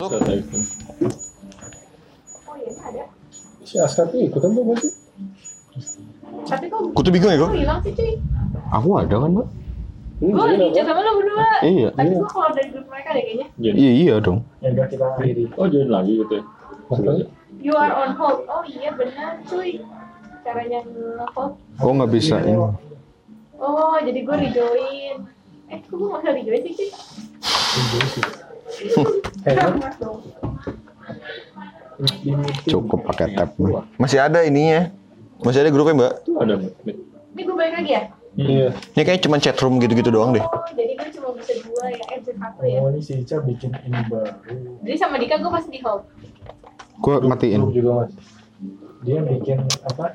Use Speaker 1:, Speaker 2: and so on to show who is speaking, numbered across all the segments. Speaker 1: Southampton.
Speaker 2: Si Askar tuh ikutan tuh berarti.
Speaker 3: Tapi kok
Speaker 4: Kutu bingung ya
Speaker 3: gue
Speaker 4: kok?
Speaker 3: hilang sih cuy.
Speaker 4: Aku ada kan mbak?
Speaker 3: Gue
Speaker 2: Ini
Speaker 3: di chat sama lo berdua.
Speaker 4: Iya.
Speaker 3: Tapi gue keluar dari grup mereka deh kayaknya.
Speaker 1: Join.
Speaker 4: Iya iya dong.
Speaker 5: Ya udah kita akhiri.
Speaker 1: Oh join lagi gitu ya.
Speaker 2: Makanya
Speaker 3: You are on hold. Oh iya benar cuy. Caranya nge-hold.
Speaker 4: Oh nggak bisa ini.
Speaker 3: Oh jadi gue rejoin. Eh kok gue gak bisa rejoin sih cuy?
Speaker 5: Eh, lu
Speaker 3: Mas dong.
Speaker 5: di meeting.
Speaker 4: Cukup pakai tab. Masih ada ininya. Masih ada grupnya mbak?
Speaker 1: Itu ada Mbak.
Speaker 3: Ini gue balik lagi ya?
Speaker 2: iya.
Speaker 4: Ini kayaknya cuma chatroom gitu-gitu doang deh.
Speaker 3: Oh jadi gue cuma bisa dua ya. Eh bisa satu
Speaker 4: iya.
Speaker 3: ya.
Speaker 5: Oh, ini si Ica bikin ini baru.
Speaker 3: Jadi sama Dika gue masih di hold.
Speaker 4: Gua
Speaker 2: Grup
Speaker 4: matiin.
Speaker 2: juga mas.
Speaker 5: Dia bikin apa?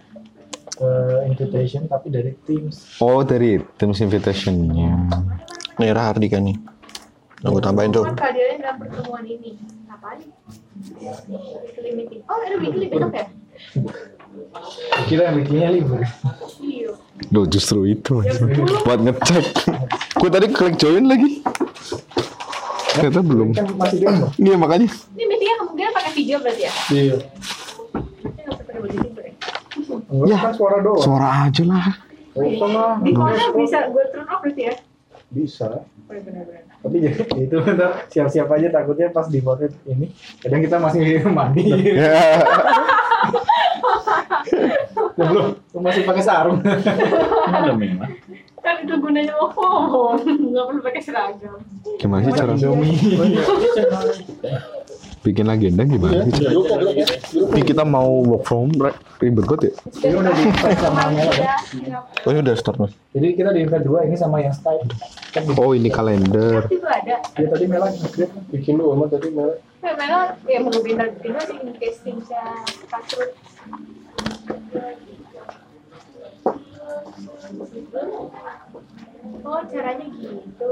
Speaker 5: eh, invitation tapi dari Teams.
Speaker 4: Oh dari Teams Invitation-nya. Nih Rahardika nih. Aku tambahin tuh.
Speaker 3: Cuma kehadirannya dalam pertemuan ini. Apaan? Weekly meeting. Oh ada weekly besok ya?
Speaker 5: Kira yang bikinnya libur.
Speaker 3: Iya.
Speaker 4: Duh justru itu
Speaker 3: Jam 10.
Speaker 4: Buat ngecek Gue tadi klik join lagi Ternyata belum
Speaker 5: Kan masih demo.
Speaker 4: Iya makanya
Speaker 3: Ini meetingnya kemungkinan pakai video berarti ya? Ini
Speaker 5: Iya.
Speaker 3: nggak usah pakai baju tidur ya?
Speaker 5: Enggak
Speaker 4: Ya.
Speaker 5: kan suara doang. Oh,
Speaker 4: Suara aja lah
Speaker 5: Bisa mah.
Speaker 3: Di corner
Speaker 5: Iya.
Speaker 3: bisa gue turn off berarti ya?
Speaker 5: Bisa.
Speaker 3: Oh, iya, benar-benar.
Speaker 5: Tapi jadi itu ntar siap-siap aja takutnya pas di buat ini kadang kita masih mandi.
Speaker 4: Ya.
Speaker 5: Belum, lu masih pakai sarung.
Speaker 1: Ada memang.
Speaker 3: Kan itu gunanya mau home, nggak perlu pakai seragam.
Speaker 4: Gimana sih cara Bikin agenda gimana sih cara
Speaker 2: Grup kok grup ya? Grup.
Speaker 4: Ini kita mau work from right berikut ya
Speaker 5: Dia udah di invite sama Mel ya.
Speaker 4: Oh ini udah start mas
Speaker 5: Jadi kita di invite dua ini sama yang Skype. Kan di-
Speaker 4: Oh ini kalender
Speaker 3: Tapi gue ada.
Speaker 5: dia tadi Mela upgrade
Speaker 2: Bikin lu mas tadi merah.
Speaker 3: Memang ya mau bintang tidur sih in case bisa kasur. Oh caranya gitu.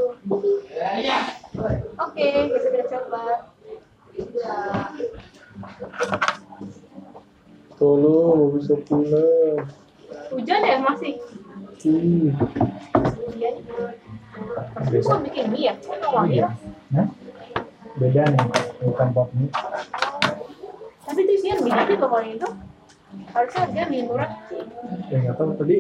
Speaker 3: Oke, kita kita coba.
Speaker 2: Tolong mau bisa pulang.
Speaker 3: Hujan ya masih.
Speaker 2: Hmm.
Speaker 3: Hujan. Kok bikin mie ya? Kok wangi ya?
Speaker 5: Hah? Beda nih, bukan pop mie.
Speaker 3: Tapi itu isian mie dikit loh kalau yang itu. Harusnya harganya lebih murah sih.
Speaker 5: Ya nggak tahu tadi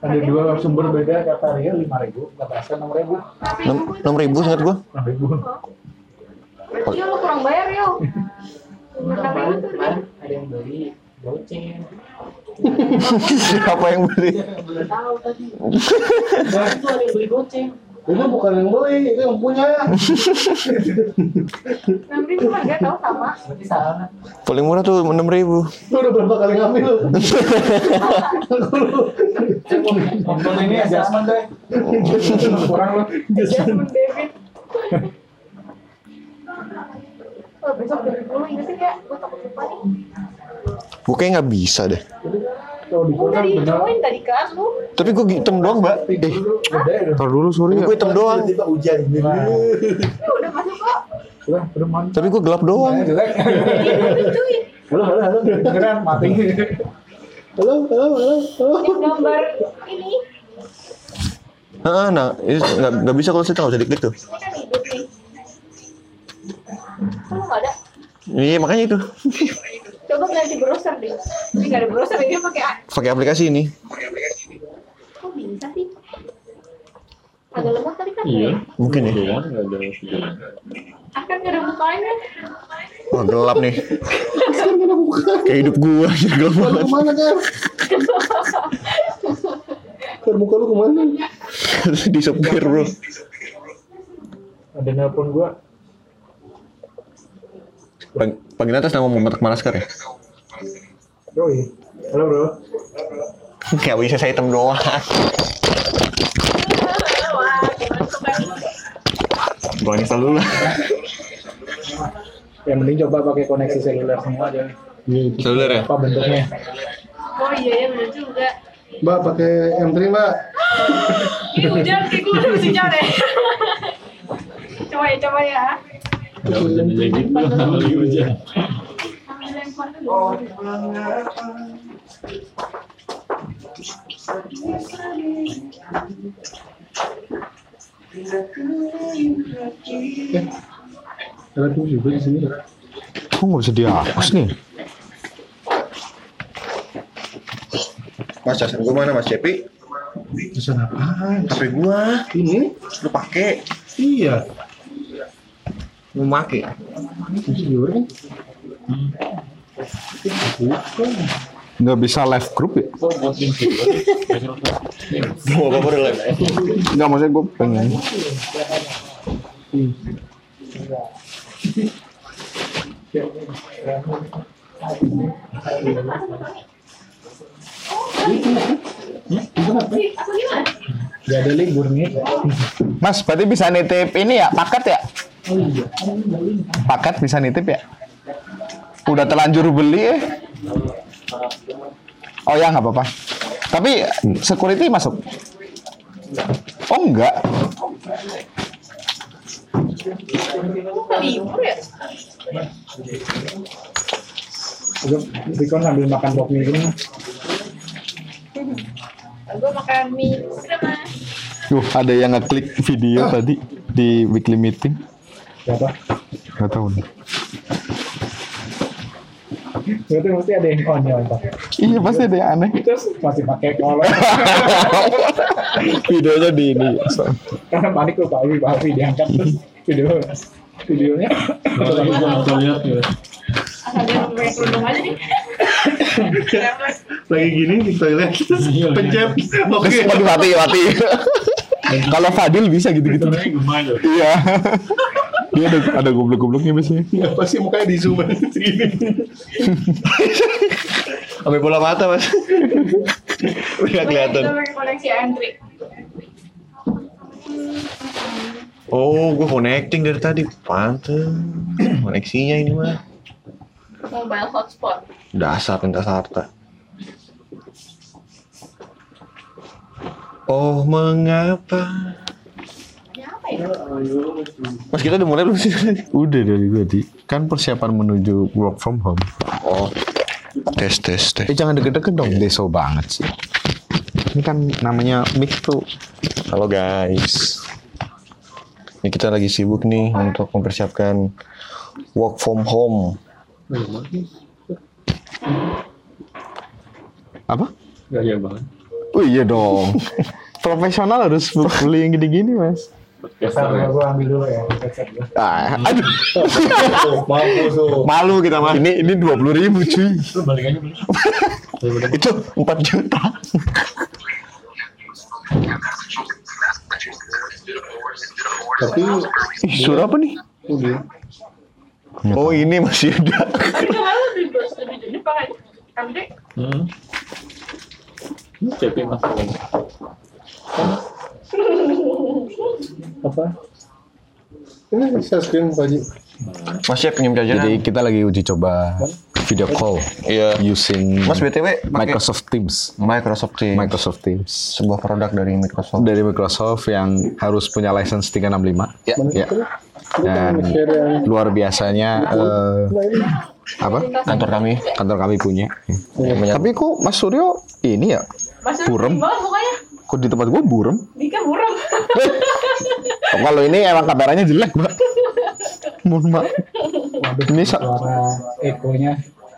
Speaker 5: ada dua sumber beda kata Ria lima ribu, kata Aska enam ribu,
Speaker 3: Tapi
Speaker 4: Enam- enam ribu sangat gue
Speaker 5: enam ribu.
Speaker 3: Berarti yo, lo kurang bayar Nah, yo. Enam ribu tuh Rin.
Speaker 6: ada yang beli goceng
Speaker 4: Siapa yang beli
Speaker 6: belum tahu tadi itu ada yang beli goceng
Speaker 2: Itu bukan yang beli, itu yang punya.
Speaker 3: Enam ribu harga tau sama.
Speaker 6: berarti salah
Speaker 4: Paling murah tuh 6 ribu
Speaker 2: Lu udah berapa kali ngambil lu?
Speaker 5: Nonton ini adjustment deh. Kurang lu.
Speaker 3: Adjustment debit. Oh, besok dari dulu ingetin ya, gue takut lupa nih.
Speaker 4: Gue kayaknya gak bisa deh
Speaker 5: Kalau di
Speaker 3: Udah
Speaker 5: kosan
Speaker 3: di
Speaker 5: bener.
Speaker 3: join tadi kan lu.
Speaker 4: Tapi gue hitam doang mbak Eh
Speaker 5: Lu Gede dong.
Speaker 4: Ntar dulu sorry ya
Speaker 1: Gue hitam doang.
Speaker 2: Tiba-tiba hujan.
Speaker 5: Wah.
Speaker 3: Ya udah masuk kok.
Speaker 5: Udah, udah mantap.
Speaker 4: Tapi gue gelap doang
Speaker 5: Jelek.
Speaker 3: Jadi itu cuy.
Speaker 5: Halo, halo, halo. Kedengeran, mati.
Speaker 2: Halo, halo, halo. halo.
Speaker 3: Yang gambar ini,
Speaker 4: Heeh, nah, ini nggak nggak bisa kalau saya tahu jadi klik tuh.
Speaker 3: ini kan hidup nih. Kok lu nggak ada?
Speaker 4: Iya makanya itu.
Speaker 3: Coba ganti browser deh. Ini nggak ada browser, ini pakai A.
Speaker 4: Pakai aplikasi ini.
Speaker 3: Kok bisa sih? Agak lemot tadi kan?
Speaker 1: Iya.
Speaker 4: Mungkin ya.
Speaker 1: Iya, nggak ada video.
Speaker 3: Akan nggak ada mukanya.
Speaker 4: Wah gelap nih. Kayak hidup gua aja gelap
Speaker 2: Muka lu
Speaker 4: banget.
Speaker 2: kemana kan? Kan muka lu kemana?
Speaker 4: Di sopir bro.
Speaker 5: Ada nelpon gua.
Speaker 4: Pang panggil atas nama Muhammad Maraskar ya.
Speaker 5: Doi. Halo, Bro.
Speaker 4: Gak bisa saya hitam doang.
Speaker 3: Wah, gimana kembali?
Speaker 4: Gua nyesel dulu lah.
Speaker 2: Ya,
Speaker 5: Yang penting coba pakai koneksi seluler semua aja.
Speaker 4: Seluler ya.
Speaker 5: Apa bentuknya?
Speaker 3: Oh iya ya bener juga.
Speaker 2: Mbak pakai M3 mbak.
Speaker 3: Ini hujan kayak gue udah mesti jalan ya. coba ya coba ya.
Speaker 1: Nggak hujan aja gitu. Lagi hujan.
Speaker 3: Ambil handphone dulu.
Speaker 2: Ada tuh juga di sini.
Speaker 4: Oh nggak bisa dihapus nih.
Speaker 7: Mas casan gua mana Mas Cepi?
Speaker 2: Pesan apaan?
Speaker 7: HP gua
Speaker 2: Ini?
Speaker 7: lu pakai.
Speaker 2: Iya.
Speaker 7: Lu pakai.
Speaker 2: Tujuh orang.
Speaker 4: Nggak bisa live group ya?
Speaker 1: Kok buat link kedua sih? Besok tuh.
Speaker 7: Gua apa udah live.
Speaker 4: Nggak maksudnya gue pengen.
Speaker 5: Gak ada libur nih.
Speaker 8: Mas, berarti bisa nitip ini ya, paket ya? Paket bisa nitip ya? Udah terlanjur beli eh. Oh ya, nggak apa-apa. Tapi security masuk? Oh enggak.
Speaker 3: libur ya
Speaker 5: Gue Rikon sambil makan pop mie gini.
Speaker 3: gue makan mie udah mas
Speaker 4: Duh, ada yang ngeklik video tadi di weekly meeting.
Speaker 5: Siapa?
Speaker 4: Gak tahu nih.
Speaker 5: Berarti mesti ada yang konyol. Pak.
Speaker 4: Iya pasti ada yang aneh.
Speaker 5: Terus masih pakai kolor.
Speaker 4: Videonya di ini. So-
Speaker 5: Karena panik tuh Pak Alwi, Pak Alwi diangkat. Terus video videonya.
Speaker 1: Kalau lagi gua nggak bisa lihat ya.
Speaker 3: asal dia nggak pakai kerudung aja nih
Speaker 2: Lagi gini di toilet.
Speaker 1: Iya, iya.
Speaker 2: Pencet. Oke.
Speaker 8: Terus mati, mati, mati. Kalau Fadil bisa gitu-gitu.
Speaker 1: Sebenarnya gemoy loh.
Speaker 4: Iya. Dia ada ada goblok-gobloknya biasanya.
Speaker 2: Apa sih mukanya di zoom aja segini?
Speaker 7: Sampai bola mata Mas. Enggak kelihatan.
Speaker 3: Gua pakai koleksi antri
Speaker 7: Oh, gua connecting dari tadi. Pantes. Koneksinya ini mah.
Speaker 3: mobile hotspot
Speaker 7: Dasar pentas harta. Oh mengapa?
Speaker 3: ya apa ya
Speaker 7: Mas kita udah mulai belum sih?
Speaker 4: Udah dari tadi. Kan persiapan menuju work from home.
Speaker 7: Oh, tes tes tes.
Speaker 4: Eh jangan deket-deket dong. Deso banget sih. Ini kan namanya mic tuh.
Speaker 7: Halo guys. Ini kita lagi sibuk nih untuk mempersiapkan work from home.
Speaker 4: Apa?
Speaker 1: Nggak ada banget.
Speaker 4: Oh iya dong. Profesional harus beli yang gini-gini mas.
Speaker 1: Podcaster
Speaker 5: Sabar
Speaker 1: ya.
Speaker 5: gue ambil dulu ya. headset gua.
Speaker 4: Ah, aduh,
Speaker 2: Mampus tuh.
Speaker 4: malu kita mas. Ini ini dua puluh ribu cuy.
Speaker 1: Lu balik aja beli.
Speaker 7: Itu 4 juta.
Speaker 2: Tapi
Speaker 4: Ih, suruh apa nih?
Speaker 2: udah.
Speaker 7: Oh ini masih ada.
Speaker 3: tapi kemarin lebih lebih di depan antri
Speaker 1: Hmm. Ini CP masuk.
Speaker 5: Apa?
Speaker 2: Ini bisa screen Pak Haji.
Speaker 7: Masih punya
Speaker 4: Jadi
Speaker 7: jajanan?
Speaker 4: kita lagi uji coba video call uh,
Speaker 7: Iya.
Speaker 4: using
Speaker 7: Mas BTW pakai
Speaker 4: Microsoft Teams.
Speaker 7: Microsoft Teams.
Speaker 4: Microsoft Teams
Speaker 7: sebuah produk dari Microsoft.
Speaker 4: Oh. dari Microsoft yang harus punya license 365.
Speaker 7: Ya.
Speaker 4: Ya.
Speaker 2: Kita
Speaker 4: Dan
Speaker 2: share yang
Speaker 4: luar biasanya eh, apa?
Speaker 7: Kantor kami
Speaker 4: Kantor kami punya.
Speaker 7: Banyak-
Speaker 4: Tapi kok Mas Suryo ini ya?
Speaker 3: Mas
Speaker 4: Buram.
Speaker 3: Buram banget mukanya
Speaker 4: Kok di tempat gua burem?
Speaker 3: Dika buram
Speaker 4: Oh, kalau ini emang kameranya jelek, Mbak. Mohon maaf.
Speaker 5: Waduh,
Speaker 4: Ini sa-
Speaker 5: suara ekonya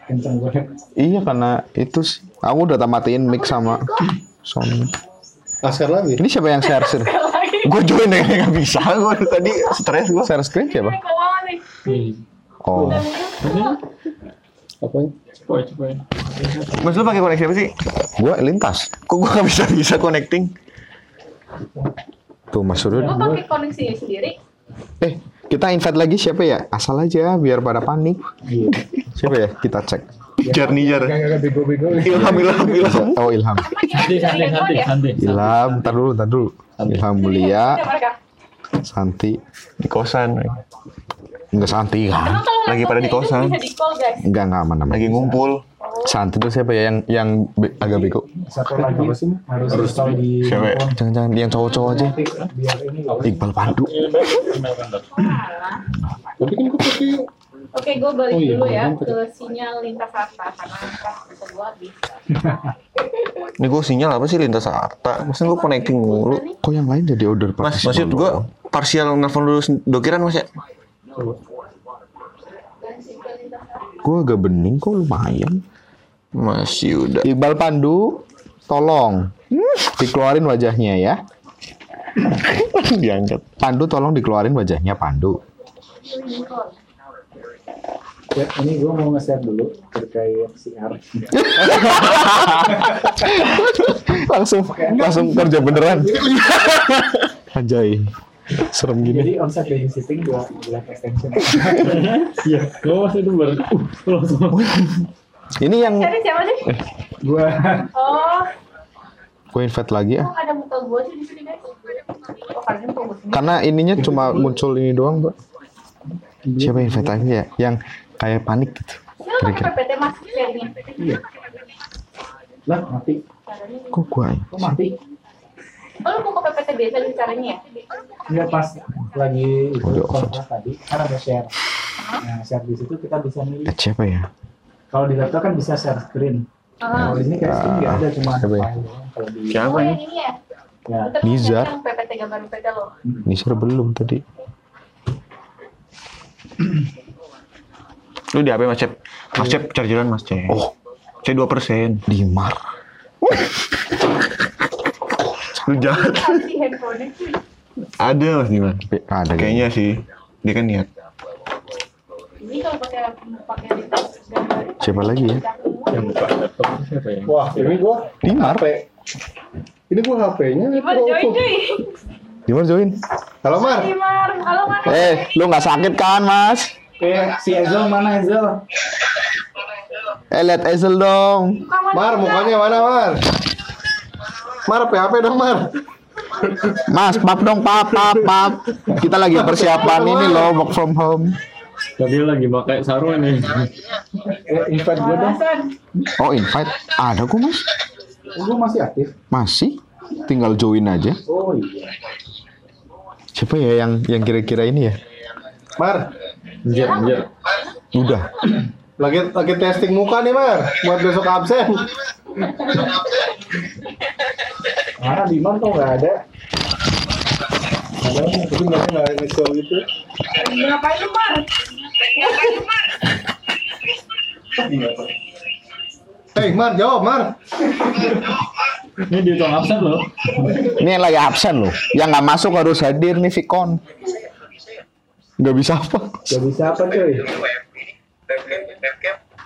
Speaker 5: kenceng gue.
Speaker 4: Iya karena itu sih. Aku udah tamatin mic sama Sony.
Speaker 2: askar lagi.
Speaker 4: Ini siapa yang share screen?
Speaker 3: lagi
Speaker 7: Gue join deh, nggak bisa. Gue tadi stres gue.
Speaker 4: Share screen siapa?
Speaker 3: kok banget nih
Speaker 1: Nih.
Speaker 4: Oh.
Speaker 2: Apa?
Speaker 1: Coba coba.
Speaker 7: Mas lu pakai koneksi apa sih?
Speaker 4: Gua lintas.
Speaker 7: Kok gue nggak bisa bisa connecting?
Speaker 4: Tuh Mas Suryo.
Speaker 3: gue pakai koneksinya sendiri
Speaker 4: Eh, kita invite lagi siapa ya? Asal aja biar pada panik. Siapa ya? Kita cek.
Speaker 7: Jar nih jar. Iya,
Speaker 5: Gak gak bego-bego.
Speaker 7: Ilham ilham ilham.
Speaker 4: Oh Ilham.
Speaker 1: Santai santai santai
Speaker 3: ya?
Speaker 1: santai.
Speaker 4: Ilham, ntar dulu, ntar dulu. Ilham
Speaker 3: Iya
Speaker 4: Mulia,
Speaker 3: mereka
Speaker 4: Santi.
Speaker 7: Di kosan. eh.
Speaker 4: Enggak Santi kan?
Speaker 3: Emang kalau
Speaker 7: Lagi pada di
Speaker 3: laptopnya itu
Speaker 7: kosan.
Speaker 3: bisa di call guys
Speaker 2: Iya.
Speaker 4: Enggak enggak aman aman.
Speaker 7: Lagi ngumpul.
Speaker 4: Santi tuh siapa ya yang yang be- agak bego?
Speaker 5: Satu lagi harus install di
Speaker 7: Siapa ya?
Speaker 5: handphone.
Speaker 4: Jangan-jangan yang cowok-cowok aja.
Speaker 5: biar ini nggak
Speaker 4: Iqbal Pandu.
Speaker 1: Ini banget, email kantor.
Speaker 3: Walah.
Speaker 2: Tapi kan kita pakai
Speaker 3: Oke, gue balik
Speaker 2: Oh, iya,
Speaker 3: dulu ya
Speaker 2: bener.
Speaker 3: ke sinyal lintas harta karena lintas harta gue habis.
Speaker 7: Ini gue sinyal apa sih lintas harta? Maksudnya gue connecting mulu.
Speaker 4: Kok yang lain jadi order
Speaker 7: Mas,
Speaker 4: partisipan
Speaker 7: maksud gue
Speaker 4: doang?
Speaker 7: parsial nelfon dulu sen- dokiran mas
Speaker 3: Dan
Speaker 7: ya?
Speaker 3: sinyal lintas harta.
Speaker 4: Gue agak bening kok lumayan.
Speaker 9: Masih udah.
Speaker 4: Iqbal Pandu, tolong dikeluarin wajahnya ya.
Speaker 7: diangkat.
Speaker 4: Pandu tolong dikeluarin wajahnya Pandu.
Speaker 5: Ya, ini gue mau nge-share dulu terkait si Arif.
Speaker 4: langsung langsung kerja beneran.
Speaker 7: Anjay. Serem gini.
Speaker 5: Jadi onset dari shooting dua bulan extension.
Speaker 1: Iya, gue masih itu baru. Uh, langsung.
Speaker 4: Ini yang
Speaker 3: Cari siapa sih?
Speaker 7: Eh.
Speaker 5: gue
Speaker 3: Oh,
Speaker 4: gue invite lagi ya.
Speaker 3: kok ada muka gue sih di sini guys? Oh, karena muka gue
Speaker 7: Kan-
Speaker 3: sini.
Speaker 4: Karena ininya cuma muncul ini doang, Pak. Siapa invite lagi ya? Yang kayak panik gitu.
Speaker 3: Ya, lo pakai PPT mas sharingnya.
Speaker 2: Iya.
Speaker 5: lah mati.
Speaker 4: Kok gue?
Speaker 5: Kok mati?
Speaker 3: Oh, lo buka PPT biasa gitu caranya ya?
Speaker 5: Enggak pas lagi itu
Speaker 4: Udah off.
Speaker 5: kontrak tadi kan ada share. Nah, share di situ kita bisa milih.
Speaker 4: Eh, siapa ya?
Speaker 5: Kalau di laptop kan bisa share screen.
Speaker 3: Ah.
Speaker 5: Kalau di sini kayak screen nggak ada cuma
Speaker 4: Siapa ya?
Speaker 5: file doang. Kalau di
Speaker 3: Oh, yang ini ya?
Speaker 5: ya
Speaker 3: Bentar, lo
Speaker 4: Nizar.
Speaker 3: share yang PPT gambar PPT lo.
Speaker 4: Nisar belum tadi.
Speaker 7: Lu di HP Mas Cep. Mas Cep chargeran Mas Cep. Oh. C 2 persen.
Speaker 4: Dimar.
Speaker 7: Lu jahat.
Speaker 3: Apa sih handphone itu?
Speaker 7: Ada Mas Dimas.
Speaker 4: Tapi Ada
Speaker 7: Kayaknya sih. Dia kan niat.
Speaker 3: Ini kalau pakai pakai di tas gambar.
Speaker 4: Siapa lagi ya?
Speaker 1: Yang buka laptop itu siapa ya?
Speaker 10: Wah, ini gua
Speaker 4: Dimar.
Speaker 10: HP. Ini gua HP-nya.
Speaker 3: Gimana join cuy?
Speaker 4: Dimar join.
Speaker 10: Halo, Mar.
Speaker 3: Dimar, halo mana?
Speaker 4: Eh, lu nggak sakit kan, Mas?
Speaker 5: Eh, si Ezel mana Ezel?
Speaker 4: Eh, lihat Ezel dong.
Speaker 3: Muka mana?
Speaker 10: Mar, mukanya mana, Mar? Mar, PHP dong, Mar.
Speaker 4: Mas, pap dong, pap, pap, pap. Kita lagi persiapan ini loh, work from home.
Speaker 1: Tadi lagi pakai sarung nih.
Speaker 5: Eh, invite gue dong.
Speaker 3: Alasan.
Speaker 4: Oh, invite. Ada kok, Mas.
Speaker 5: Gue masih aktif.
Speaker 4: Masih. Tinggal join aja.
Speaker 5: Oh iya.
Speaker 4: Siapa ya yang yang kira-kira ini ya?
Speaker 10: Mar,
Speaker 1: Anjir, anjir.
Speaker 4: Udah.
Speaker 10: lagi lagi testing muka nih, Mar. Buat besok absen.
Speaker 5: Mana Diman tuh nggak ada.
Speaker 10: Ada, tapi nggak nggak nge-show gitu.
Speaker 3: Ngapain lu, Mar? Ngapain lu, Mar?
Speaker 10: Hei, Mar, jawab, Mar.
Speaker 1: Ini di tong absen loh.
Speaker 4: Ini yang lagi absen loh. Yang nggak masuk harus hadir nih Vicon. Nggak bisa apa.
Speaker 5: Gak bisa apa cuy?
Speaker 4: Ah.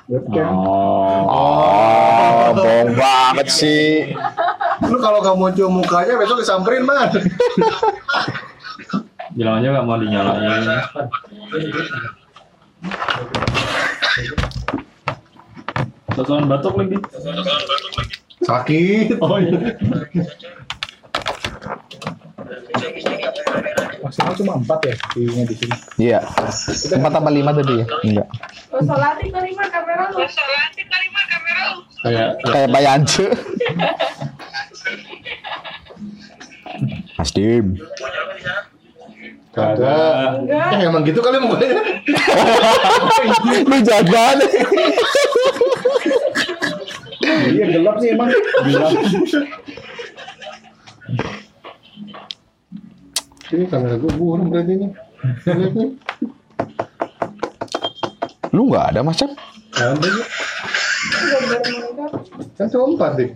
Speaker 5: Webcam.
Speaker 1: Oh,
Speaker 4: Oh, bohong banget sih.
Speaker 10: Lu kalau nggak muncul mukanya, besok disamperin, Mar.
Speaker 1: jalannya nggak mau dinyalain. Sosokan batuk lagi.
Speaker 10: Sakit.
Speaker 1: Oh iya.
Speaker 5: Maksimal cuma empat ya view-nya di sini.
Speaker 4: Iya. Empat tambah lima tadi ya? Enggak.
Speaker 3: Lo sholatin kali, Mar, kamera lo.
Speaker 1: Kayak
Speaker 4: Kayak Pak Yance. Mas Dim.
Speaker 10: Kagak.
Speaker 3: Enggak.
Speaker 10: Eh, emang gitu kali mukanya.
Speaker 4: Lu jahat banget.
Speaker 5: Iya gelap sih emang.
Speaker 1: bilang
Speaker 10: Ini kamera gue buram berarti ini. Lihat nih.
Speaker 4: Lu nggak ada Mas Cep?
Speaker 10: Ada ya. Kan cuma empat deh.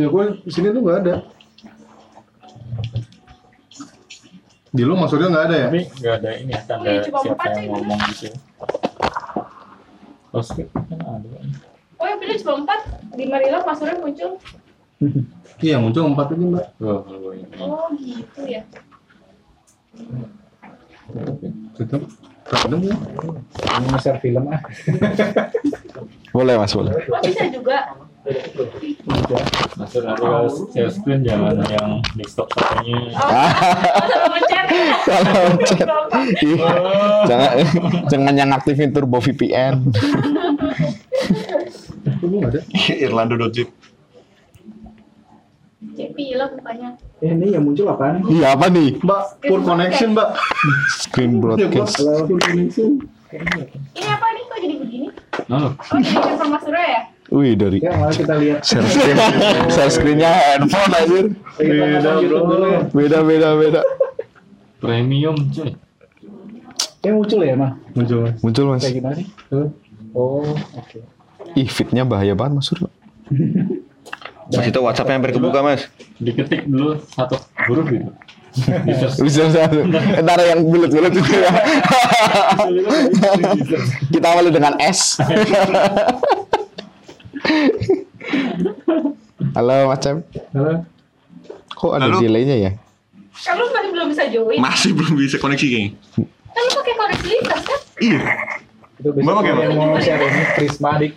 Speaker 10: Ya gue di sini tuh nggak ada. Di lu maksudnya nggak ada ya?
Speaker 1: tapi nggak ada ini ya tanda
Speaker 3: Wih, coba
Speaker 1: siapa
Speaker 3: empat
Speaker 1: yang
Speaker 3: aja.
Speaker 1: ngomong di sini. Terus kan ada.
Speaker 3: Oh ya, pilih cuma empat. Di Marilla, Mas Surya muncul.
Speaker 10: Iya muncul empat aja mbak.
Speaker 1: Tuh, tuh, ini.
Speaker 3: Oh gitu ya.
Speaker 10: Tetap random ya.
Speaker 5: Mau nge-share film ah.
Speaker 4: Boleh Mas, boleh.
Speaker 3: Oh bisa juga.
Speaker 1: Maksudnya harus share screen jangan yang di stop satunya.
Speaker 3: Oh, sama chat.
Speaker 4: Salah chat. Iya. Jangan jangan yang aktifin turbo VPN.
Speaker 10: Lu nggak ada.
Speaker 7: Irlando.zip.
Speaker 3: Cek film mukanya.
Speaker 5: Eh ini yang muncul apaan?
Speaker 4: Iya apa nih?
Speaker 10: Mbak, poor connection mbak. Ya
Speaker 4: Screen
Speaker 10: mbak,
Speaker 4: broadcast.
Speaker 10: poor connection.
Speaker 3: Ini apa nih? Kok jadi begini?
Speaker 1: Oh,
Speaker 3: Oh jadi handphone Mas Surya ya?
Speaker 4: Wih dari
Speaker 5: Ya malah kita lihat.
Speaker 4: share screen, share screennya handphone aja.
Speaker 7: Iya,
Speaker 5: Kita nonton YouTube dulu ya.
Speaker 4: Beda beda beda.
Speaker 1: premium cuy.
Speaker 5: Kayak muncul ya, mah?
Speaker 1: muncul mas
Speaker 4: Muncul mas.
Speaker 5: Kayak gimana sih? Tuh. Oh, oke.
Speaker 4: Ih fitnya bahaya banget mas Suryo.
Speaker 7: Mas itu WhatsApp-nya hampir kebuka mas.
Speaker 1: diketik dulu satu huruf gitu di search
Speaker 4: Bisa satu. Ntar yang bulat-bulat itu ya. Kita awali dengan S. Halo Mas Cem.
Speaker 5: Halo.
Speaker 4: Kok ada
Speaker 7: Halo.
Speaker 4: delay-nya ya?
Speaker 3: Kan lu masih belum bisa join.
Speaker 7: Masih belum bisa koneksi kayaknya. Iya.
Speaker 3: Kan lu pakai koneksi lintas kan?
Speaker 5: Itu besok
Speaker 7: Mbak pakai apa?
Speaker 5: yang mau share ini Prisma Dik.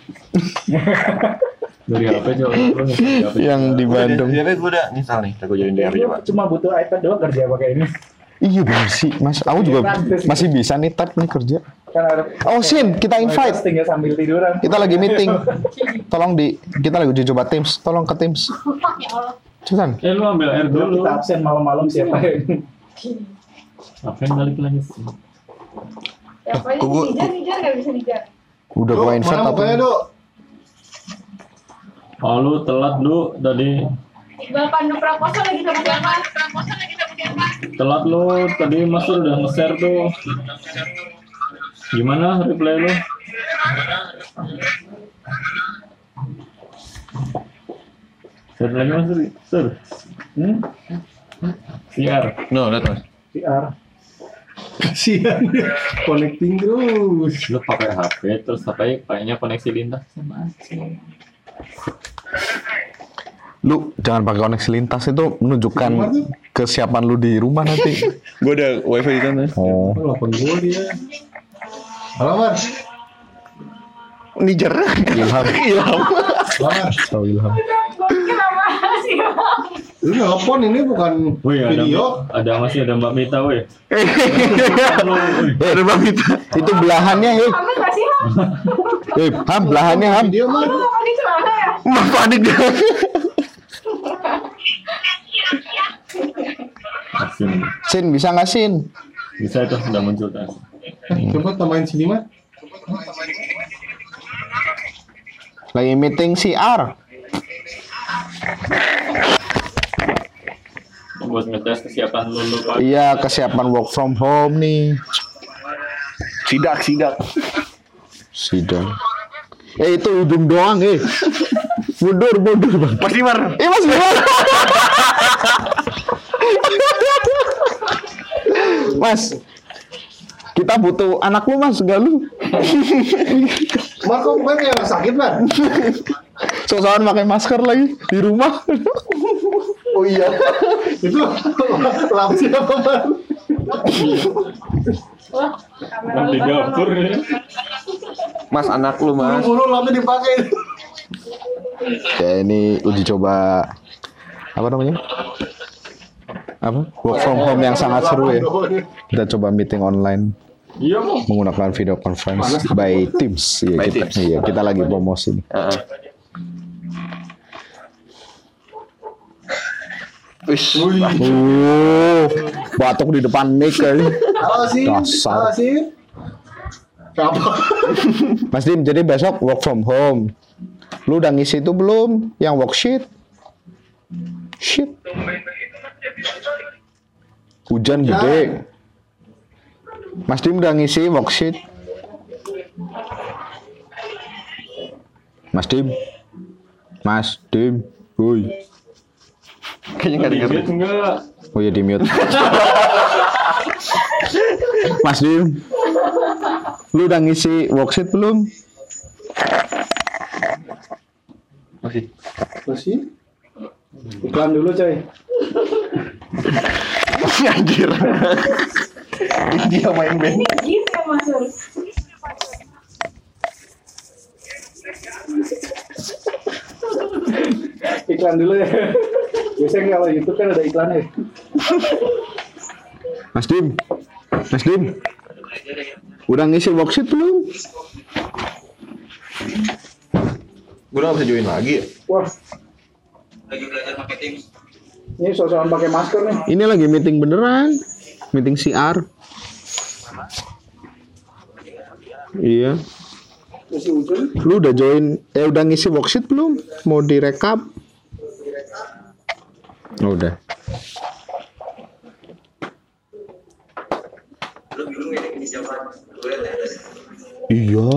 Speaker 1: dari HP coba Lu nge- dari HP.
Speaker 4: Yang di Bandung.
Speaker 7: Iya, gue udah nyesal nih. Aku join
Speaker 5: Ya,
Speaker 7: DR
Speaker 5: lu
Speaker 7: aja, Iya, Pak.
Speaker 5: cuma butuh iPad doang kerja pakai ini.
Speaker 4: Iya bener sih Mas. Aku juga masih bisa nih tab nih kerja.
Speaker 5: Kan ada
Speaker 4: Oh Sin, kita invite.
Speaker 5: tinggal sambil tiduran.
Speaker 4: Kita lagi meeting. Tolong di kita lagi uji coba Teams. Tolong ke
Speaker 3: ya
Speaker 4: Teams.
Speaker 3: Allah.
Speaker 4: Cepetan.
Speaker 1: eh lu ambil air dulu
Speaker 5: Kita absen malam-malam siapa yang
Speaker 1: apa yang balik lagi sih
Speaker 3: Ya, apa
Speaker 7: Kok gua-
Speaker 3: ini dijar, dijar nggak bisa dijar.
Speaker 4: Udah
Speaker 2: Dok,
Speaker 4: gua invite
Speaker 2: mana mukanya,
Speaker 4: tapi
Speaker 2: Dok?
Speaker 1: oh lu telat lu tadi
Speaker 3: Iqbal Pandu Prakoso lagi sama siapa? Prakoso lagi sama siapa?
Speaker 1: telat lu tadi mas Sur udah nge-share tuh gimana reply lu share lagi mas Sur Sur
Speaker 5: Hmm?
Speaker 1: siar
Speaker 7: No, lihat mas.
Speaker 5: VR. Kasihan. Connecting terus.
Speaker 1: lu pakai HP terus HP kayaknya koneksi lintas sama aja
Speaker 4: lu jangan pakai koneksi lintas itu menunjukkan kesiapan lu di rumah nanti.
Speaker 7: Gue ada wifi di sana.
Speaker 4: Oh.
Speaker 1: lu apa gue dia
Speaker 2: Halo, Mar.
Speaker 4: Niger. Ilham. Ilham.
Speaker 2: Halo, Mar.
Speaker 4: Tahu Ilham.
Speaker 3: Gue kenapa sih? Bang?
Speaker 2: Lu nelpon Iya, ini bukan
Speaker 1: Wih, Iya, ada,
Speaker 2: video.
Speaker 1: ada masih ada Mbak Mita, wih.
Speaker 4: Eh, itu belahannya, hei.
Speaker 3: Kamu nggak sih, Ham?
Speaker 4: Eh, ham, belahannya ham.
Speaker 2: Video, Mar.
Speaker 3: Lu mau di celana ya?
Speaker 4: Mah panik dia.
Speaker 1: Asin.
Speaker 4: Sin, bisa nggak Sin?
Speaker 1: Bisa itu sudah muncul kan.
Speaker 2: Eh, Coba tambahin sini, Mar.
Speaker 4: Lagi meeting CR.
Speaker 1: Buat ngetes kesiapan lu lu Pak.
Speaker 4: Iya, kesiapan work from home nih.
Speaker 7: Sidak, sidak.
Speaker 4: Sidang. Eh, itu ujung doang, eh. Mundur, mundur, Bang.
Speaker 7: Mas Dimar.
Speaker 4: Eh, Mas, gimana? Mas, kita butuh anak lu, Mas, enggak lu.
Speaker 2: Mar, kok bukan kayak orang sakit, Mar?
Speaker 4: Sosokan pakai masker lagi di rumah.
Speaker 2: Oh iya. Itu lapsi apa, Mar?
Speaker 3: Wah, kamera
Speaker 1: Kan
Speaker 3: lu
Speaker 1: di dapur
Speaker 3: kan.
Speaker 1: ya.
Speaker 7: Mas anak lu mas.
Speaker 2: Buru-buru lapsi dipakai.
Speaker 4: ya ini uji coba apa namanya? Apa? Work from home yang sangat seru ya. Kita coba meeting online
Speaker 1: Iya, mau.
Speaker 4: menggunakan video conference by Teams. Iya,
Speaker 7: By
Speaker 4: kita,
Speaker 7: Teams.
Speaker 4: iya, kita lagi promosi nih.
Speaker 7: Heeh. Wis.
Speaker 4: Uh, batuk di depan mic kayaknya.
Speaker 2: Halo, sih.
Speaker 4: Dasar.
Speaker 2: Halo, sih. Apa?
Speaker 4: Mas Dim, jadi besok work from home. Lu udah ngisi itu belum? Yang worksheet? Shit. Hujan gede. Mas Dim udah ngisi worksheet. Mas Dim. Mas Dim. Woi.
Speaker 7: Kayaknya nggak denger.
Speaker 1: Digigit enggak?
Speaker 4: Oh iya di mute. Mas Dim. Lu udah ngisi worksheet belum?
Speaker 7: Masih.
Speaker 2: Apa sih?
Speaker 5: Iklan dulu, coy.
Speaker 7: Anjir. Dia main band.
Speaker 3: Gitu ya, Mas. Sur.
Speaker 5: Iklan dulu ya. Biasanya kalau YouTube kan ada iklannya.
Speaker 4: Mas Dim, Mas Dim, udah ngisi worksheet belum?
Speaker 7: Gue udah nggak bisa join lagi.
Speaker 5: Wah. Lagi belajar pakai Teams. Ini sosokan pakai masker nih.
Speaker 4: Ini lagi meeting beneran, meeting CR. Iya,
Speaker 5: Masih hujan.
Speaker 4: lu udah join, eh udah ngisi worksheet belum? Mau direkap? Oh, udah.
Speaker 7: Iya.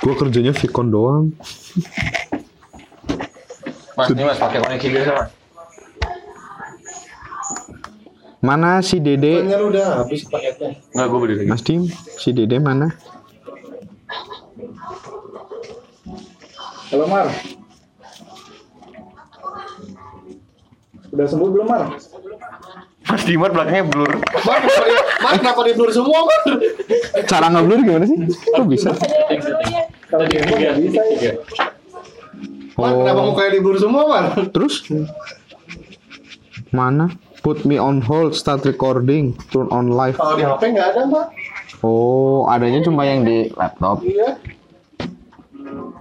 Speaker 7: Gua kerjanya Vicon doang.
Speaker 11: Mas, ini mas pakai koneksi biasa mas.
Speaker 4: Mana si Dede?
Speaker 2: Kan udah habis paketnya.
Speaker 11: Enggak, gue beli lagi.
Speaker 4: Mas Dim, si Dede mana?
Speaker 5: Halo Mar. Udah sembuh belum Mar?
Speaker 11: Mas Dimar belakangnya blur.
Speaker 2: Mar, kenapa di- Mar, kenapa di blur semua, Mar?
Speaker 4: Cara ngeblur gimana sih? Kok bisa?
Speaker 3: ya?
Speaker 5: Kalau demo nggak bisa ya.
Speaker 2: Mar, kenapa mukanya di blur semua, Mar?
Speaker 4: Terus? Mana? Put me on hold, start recording, turn on live.
Speaker 2: Kalau di HP nggak ada, Mar.
Speaker 4: Oh, adanya cuma yang di laptop.
Speaker 2: Iya.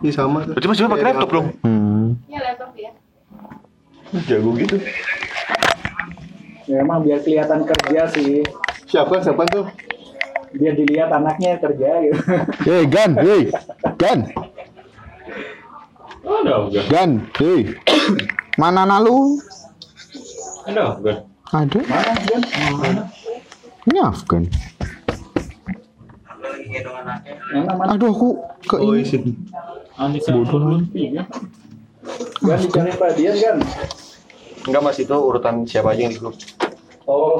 Speaker 2: Ini sama.
Speaker 11: Berarti mas Dimar pakai laptop dong.
Speaker 4: Hmm.
Speaker 3: Ya laptop ya.
Speaker 11: Jago gitu.
Speaker 5: Memang Ya, biar kelihatan kerja sih.
Speaker 2: Siapa, siapa tuh?
Speaker 5: Biar dilihat anaknya kerja gitu.
Speaker 4: Hey, Gan, hey, Gan,
Speaker 1: Ada enggak?
Speaker 4: Gan, hey. Mana nalu?
Speaker 1: Ada enggak?
Speaker 4: Ada?
Speaker 5: Mana Gan?
Speaker 4: Ini Afgan.
Speaker 5: Mana mana?
Speaker 4: Aduh, aku ke
Speaker 2: Oh,
Speaker 4: ini.
Speaker 2: isi.
Speaker 1: Anissa bodoh
Speaker 5: Gan dicari kan? Pak Dian Gan.
Speaker 11: Enggak mas itu urutan siapa aja yang di grup.
Speaker 5: Oh.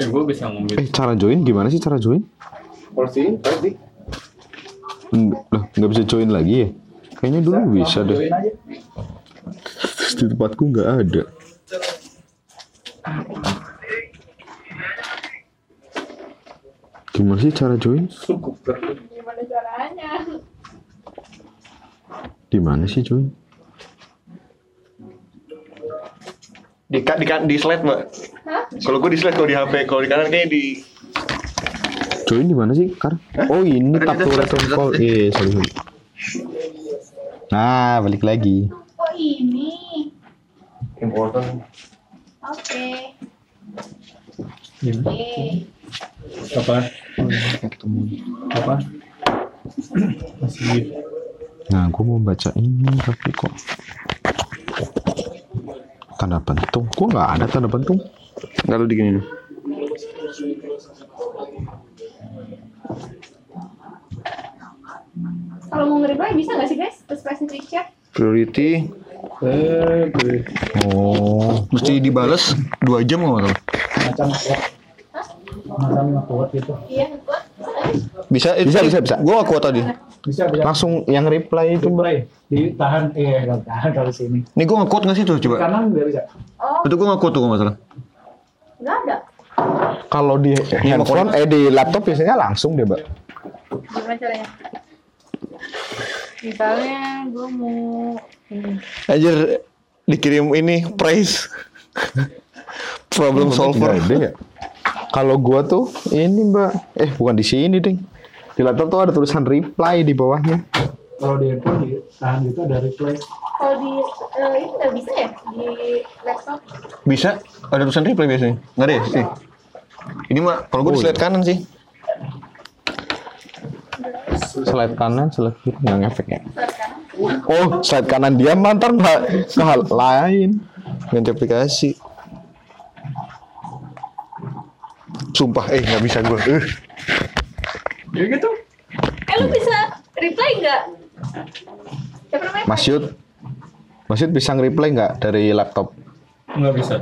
Speaker 1: Eh, gue bisa ngomongin.
Speaker 4: Eh, cara join gimana sih cara join?
Speaker 2: Polisi, polisi.
Speaker 4: Hmm, Lah, nggak bisa join lagi ya? Kayaknya dulu bisa deh.
Speaker 5: Join aja.
Speaker 4: Terus Di tempatku nggak ada. Gimana sih cara join?
Speaker 3: Gimana caranya?
Speaker 4: Di mana sih join?
Speaker 11: Di ka- di, kan- di slide mbak.
Speaker 3: Hah?
Speaker 11: Kalau gue di slide kalau di HP kalau di kanan kayaknya di
Speaker 4: Join di mana sih, Kar? Oh, ini
Speaker 11: Ada di
Speaker 4: tab to
Speaker 11: atas,
Speaker 4: return
Speaker 11: ada di
Speaker 4: call.
Speaker 11: atas.
Speaker 4: Eh, sorry, sorry. Nah, balik lagi.
Speaker 3: Oh ini.
Speaker 11: important.
Speaker 3: Oke. Yeay.
Speaker 1: Apa? Apa? Masih
Speaker 4: Nah, gue mau baca ini tapi kok tanda pentung? Gue nggak ada tanda pentung.
Speaker 7: Lalu di gini nih.
Speaker 3: Kalau mau nge-reply bisa nggak sih guys? Terus kasih quick chat.
Speaker 7: Priority. Oh, mesti dibales dua jam nggak masalah.
Speaker 5: Macam kuat. Macam kuat gitu.
Speaker 3: Iya, gua.
Speaker 7: Bisa, eh,
Speaker 4: Bisa,
Speaker 7: tadi
Speaker 4: bisa, bisa.
Speaker 7: Gua gak kuat tadi.
Speaker 5: Bisa bisa.
Speaker 4: Langsung yang reply itu mbak.
Speaker 5: Play. Ditahan iya kalau tahan kalau sini.
Speaker 7: Nih gua gak kuat nggak sih tuh coba?
Speaker 5: Kanan nggak bisa.
Speaker 3: Oh,
Speaker 7: Itu gua gak kuat tuh kalau nggak salah.
Speaker 3: nggak ada.
Speaker 4: Kalau di handphone, eh di laptop biasanya langsung deh mbak.
Speaker 3: Gimana caranya? Misalnya gua mau
Speaker 7: Anjir dikirim ini price problem
Speaker 4: Nggak ada ya? Kalau gua tuh ini mbak, eh bukan di sini ding. Di laptop tuh ada tulisan reply di bawahnya.
Speaker 5: Kalau di handphone ditahan gitu ada replay.
Speaker 3: kalau di eh, ini nggak bisa ya di laptop.
Speaker 7: Bisa ada tulisan replay biasanya. Enggak ada ya sih. Ini mah
Speaker 4: Oh,
Speaker 7: kalau gue di slide kanan sih.
Speaker 4: Slide kanan, slide kiri nggak ngefek ya?
Speaker 3: Selat kanan.
Speaker 4: Oh, slide kanan dia mantan mbak ke hal lain.
Speaker 7: Ganti aplikasi. Sumpah, eh nggak bisa gue. Eh,
Speaker 3: Eh lu bisa reply nggak? Siapa namanya?
Speaker 4: Mas Yud, Mas Yud bisa nge-reply nggak dari laptop?
Speaker 1: Enggak bisa.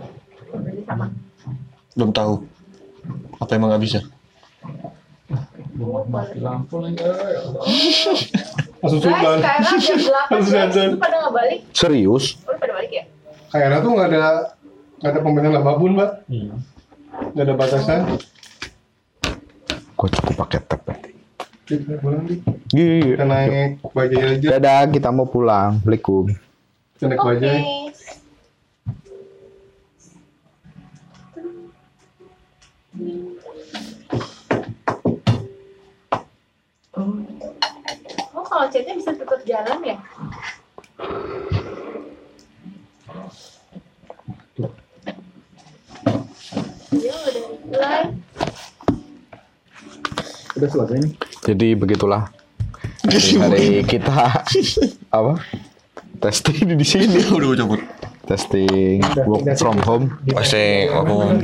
Speaker 7: belum tahu. Apa emang nggak bisa?
Speaker 2: Langsung
Speaker 3: Guys,
Speaker 2: sumban.
Speaker 3: sekarang jam 8
Speaker 2: Zan, Zan.
Speaker 3: Lu pada nggak balik?
Speaker 4: Serius?
Speaker 3: Lu pada balik ya?
Speaker 2: Kayaknya tuh nggak ada nggak ada pembelian apapun, Mbak.
Speaker 1: Iya.
Speaker 2: Nggak ada batasan.
Speaker 4: Gue cukup pakai tab eh. berarti.
Speaker 2: Di- Pulang di.
Speaker 4: Iya.
Speaker 2: Kita naik bajaj aja.
Speaker 4: Dadah, kita mau pulang. Assalamualaikum.
Speaker 2: Kita naik bajaj.
Speaker 3: Oh, kalau chatnya bisa tutup jalan ya? Iya, udah live.
Speaker 5: Udah selesai nih.
Speaker 4: Jadi begitulah Jadi hari kita apa? Testing di sini.
Speaker 7: Udah gue cabut. Eh,
Speaker 4: Testing work from home.
Speaker 7: Pasti aku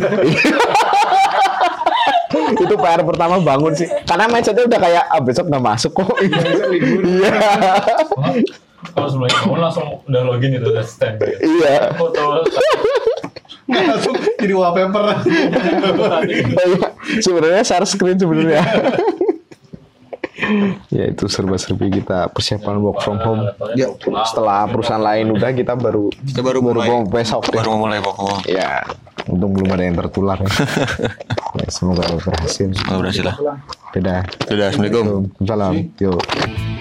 Speaker 4: itu PR pertama bangun sih. Karena mindsetnya udah kayak ah, besok nggak masuk kok. Iya.
Speaker 1: Kalau sebelumnya bangun langsung udah login itu udah stand.
Speaker 4: Iya.
Speaker 1: Foto.
Speaker 2: langsung jadi wallpaper
Speaker 4: Iya. Sebenarnya share screen sebenarnya. ya itu serba-serbi kita persiapan work from home.
Speaker 7: Ya.
Speaker 4: Setelah perusahaan lain udah kita baru
Speaker 7: Kita baru mulai.
Speaker 4: baru besok deh.
Speaker 7: Baru mau mulai pokoknya.
Speaker 4: Ya, untung belum ada yang tertular ya. Ya, semoga berhasil.
Speaker 7: Nggak berhasil lah.
Speaker 4: Dadah.
Speaker 7: Dadah, Assalamualaikum.
Speaker 4: Salam. Yuk.